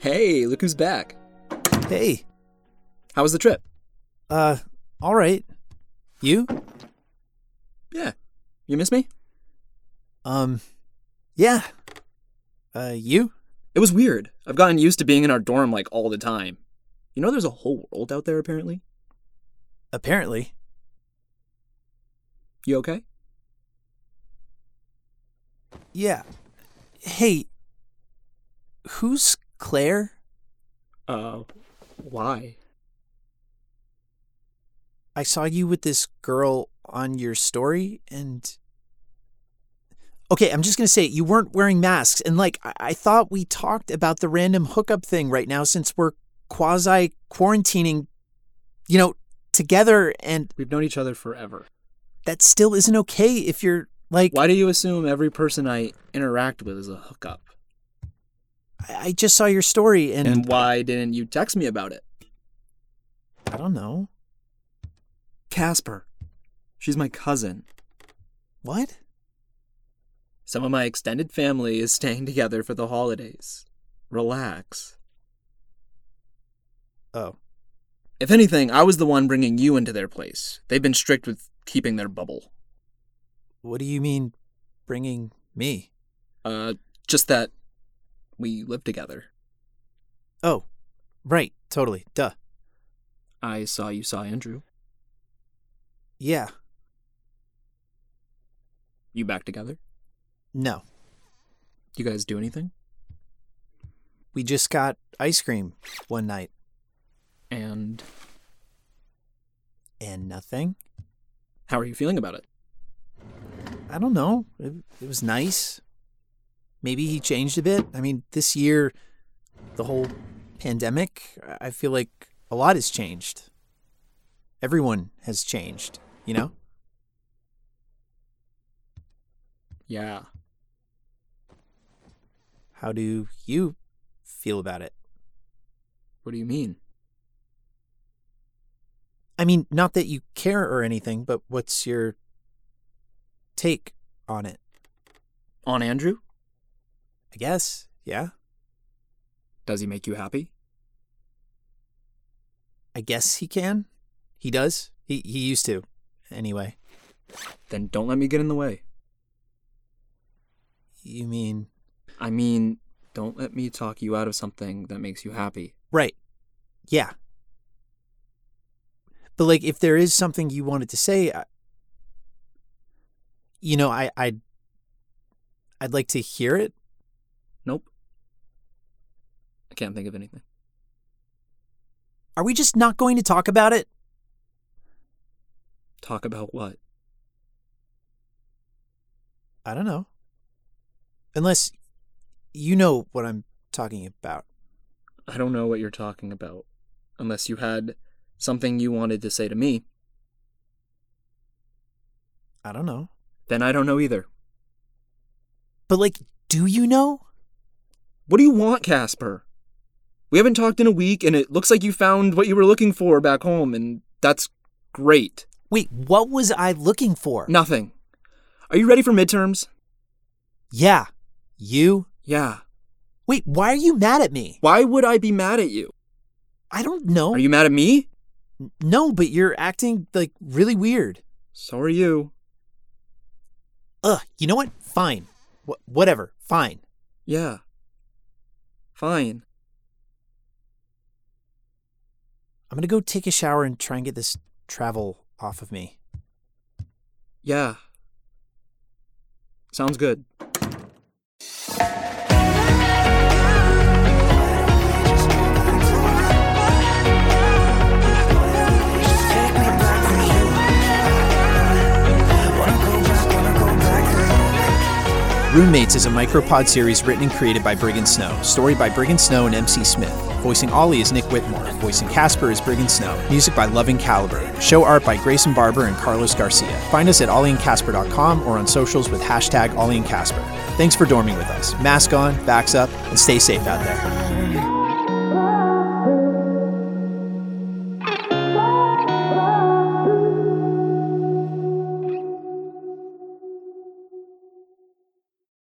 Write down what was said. Hey, look who's back. Hey, How was the trip? uh, all right. You? Yeah. You miss me? Um, yeah. Uh, you? It was weird. I've gotten used to being in our dorm like all the time. You know there's a whole world out there apparently? Apparently. You okay? Yeah. Hey, who's Claire? Uh, why? I saw you with this girl on your story and. Okay, I'm just gonna say you weren't wearing masks, and like I, I thought we talked about the random hookup thing right now since we're quasi quarantining, you know, together, and We've known each other forever. that still isn't okay if you're like Why do you assume every person I interact with is a hookup? I I just saw your story and, And why didn't you text me about it? I don't know. Casper. She's my cousin. What? Some of my extended family is staying together for the holidays. Relax. Oh. If anything, I was the one bringing you into their place. They've been strict with keeping their bubble. What do you mean bringing me? Uh, just that we live together. Oh. Right, totally. Duh. I saw you saw Andrew. Yeah. You back together? No. You guys do anything? We just got ice cream one night And and nothing. how are you feeling about it? I don't know. It, it was nice. Maybe he changed a bit. I mean, this year the whole pandemic, I- I feel like a lot has changed. Everyone has changed, you know? Yeah. How do you feel about it? What do you mean? I mean, not that you care or anything, but what's your take on it? On Andrew? I guess. Yeah. Does he make you happy? I guess he can. He does. He he used to. Anyway. Then don't let me get in the way. You mean I mean, don't let me talk you out of something that makes you happy. Right. Yeah. But like if there is something you wanted to say, I, you know, I I would I'd like to hear it. Nope. I can't think of anything. Are we just not going to talk about it? Talk about what? I don't know. Unless you know what I'm talking about. I don't know what you're talking about. Unless you had something you wanted to say to me, I don't know. then I don't know either. But like, do you know? What do you want, Casper? We haven't talked in a week, and it looks like you found what you were looking for back home, and that's great. Wait, what was I looking for? Nothing. Are you ready for midterms? Yeah. You? Yeah. Wait, why are you mad at me? Why would I be mad at you? I don't know. Are you mad at me? no, but you're acting like really weird. So are you. Ugh, you know what? Fine. Wh- whatever. Fine. Yeah. Fine. I'm going to go take a shower and try and get this travel off of me. Yeah. Sounds good. Roommates is a micropod series written and created by Brigham Snow, story by Brigham Snow and MC Smith. Voicing Ollie is Nick Whitmore. Voicing Casper is Brigham Snow. Music by Loving Caliber. Show art by Grayson Barber and Carlos Garcia. Find us at ollieandcasper.com or on socials with hashtag Ollie and Casper. Thanks for dorming with us. Mask on, backs up, and stay safe out there.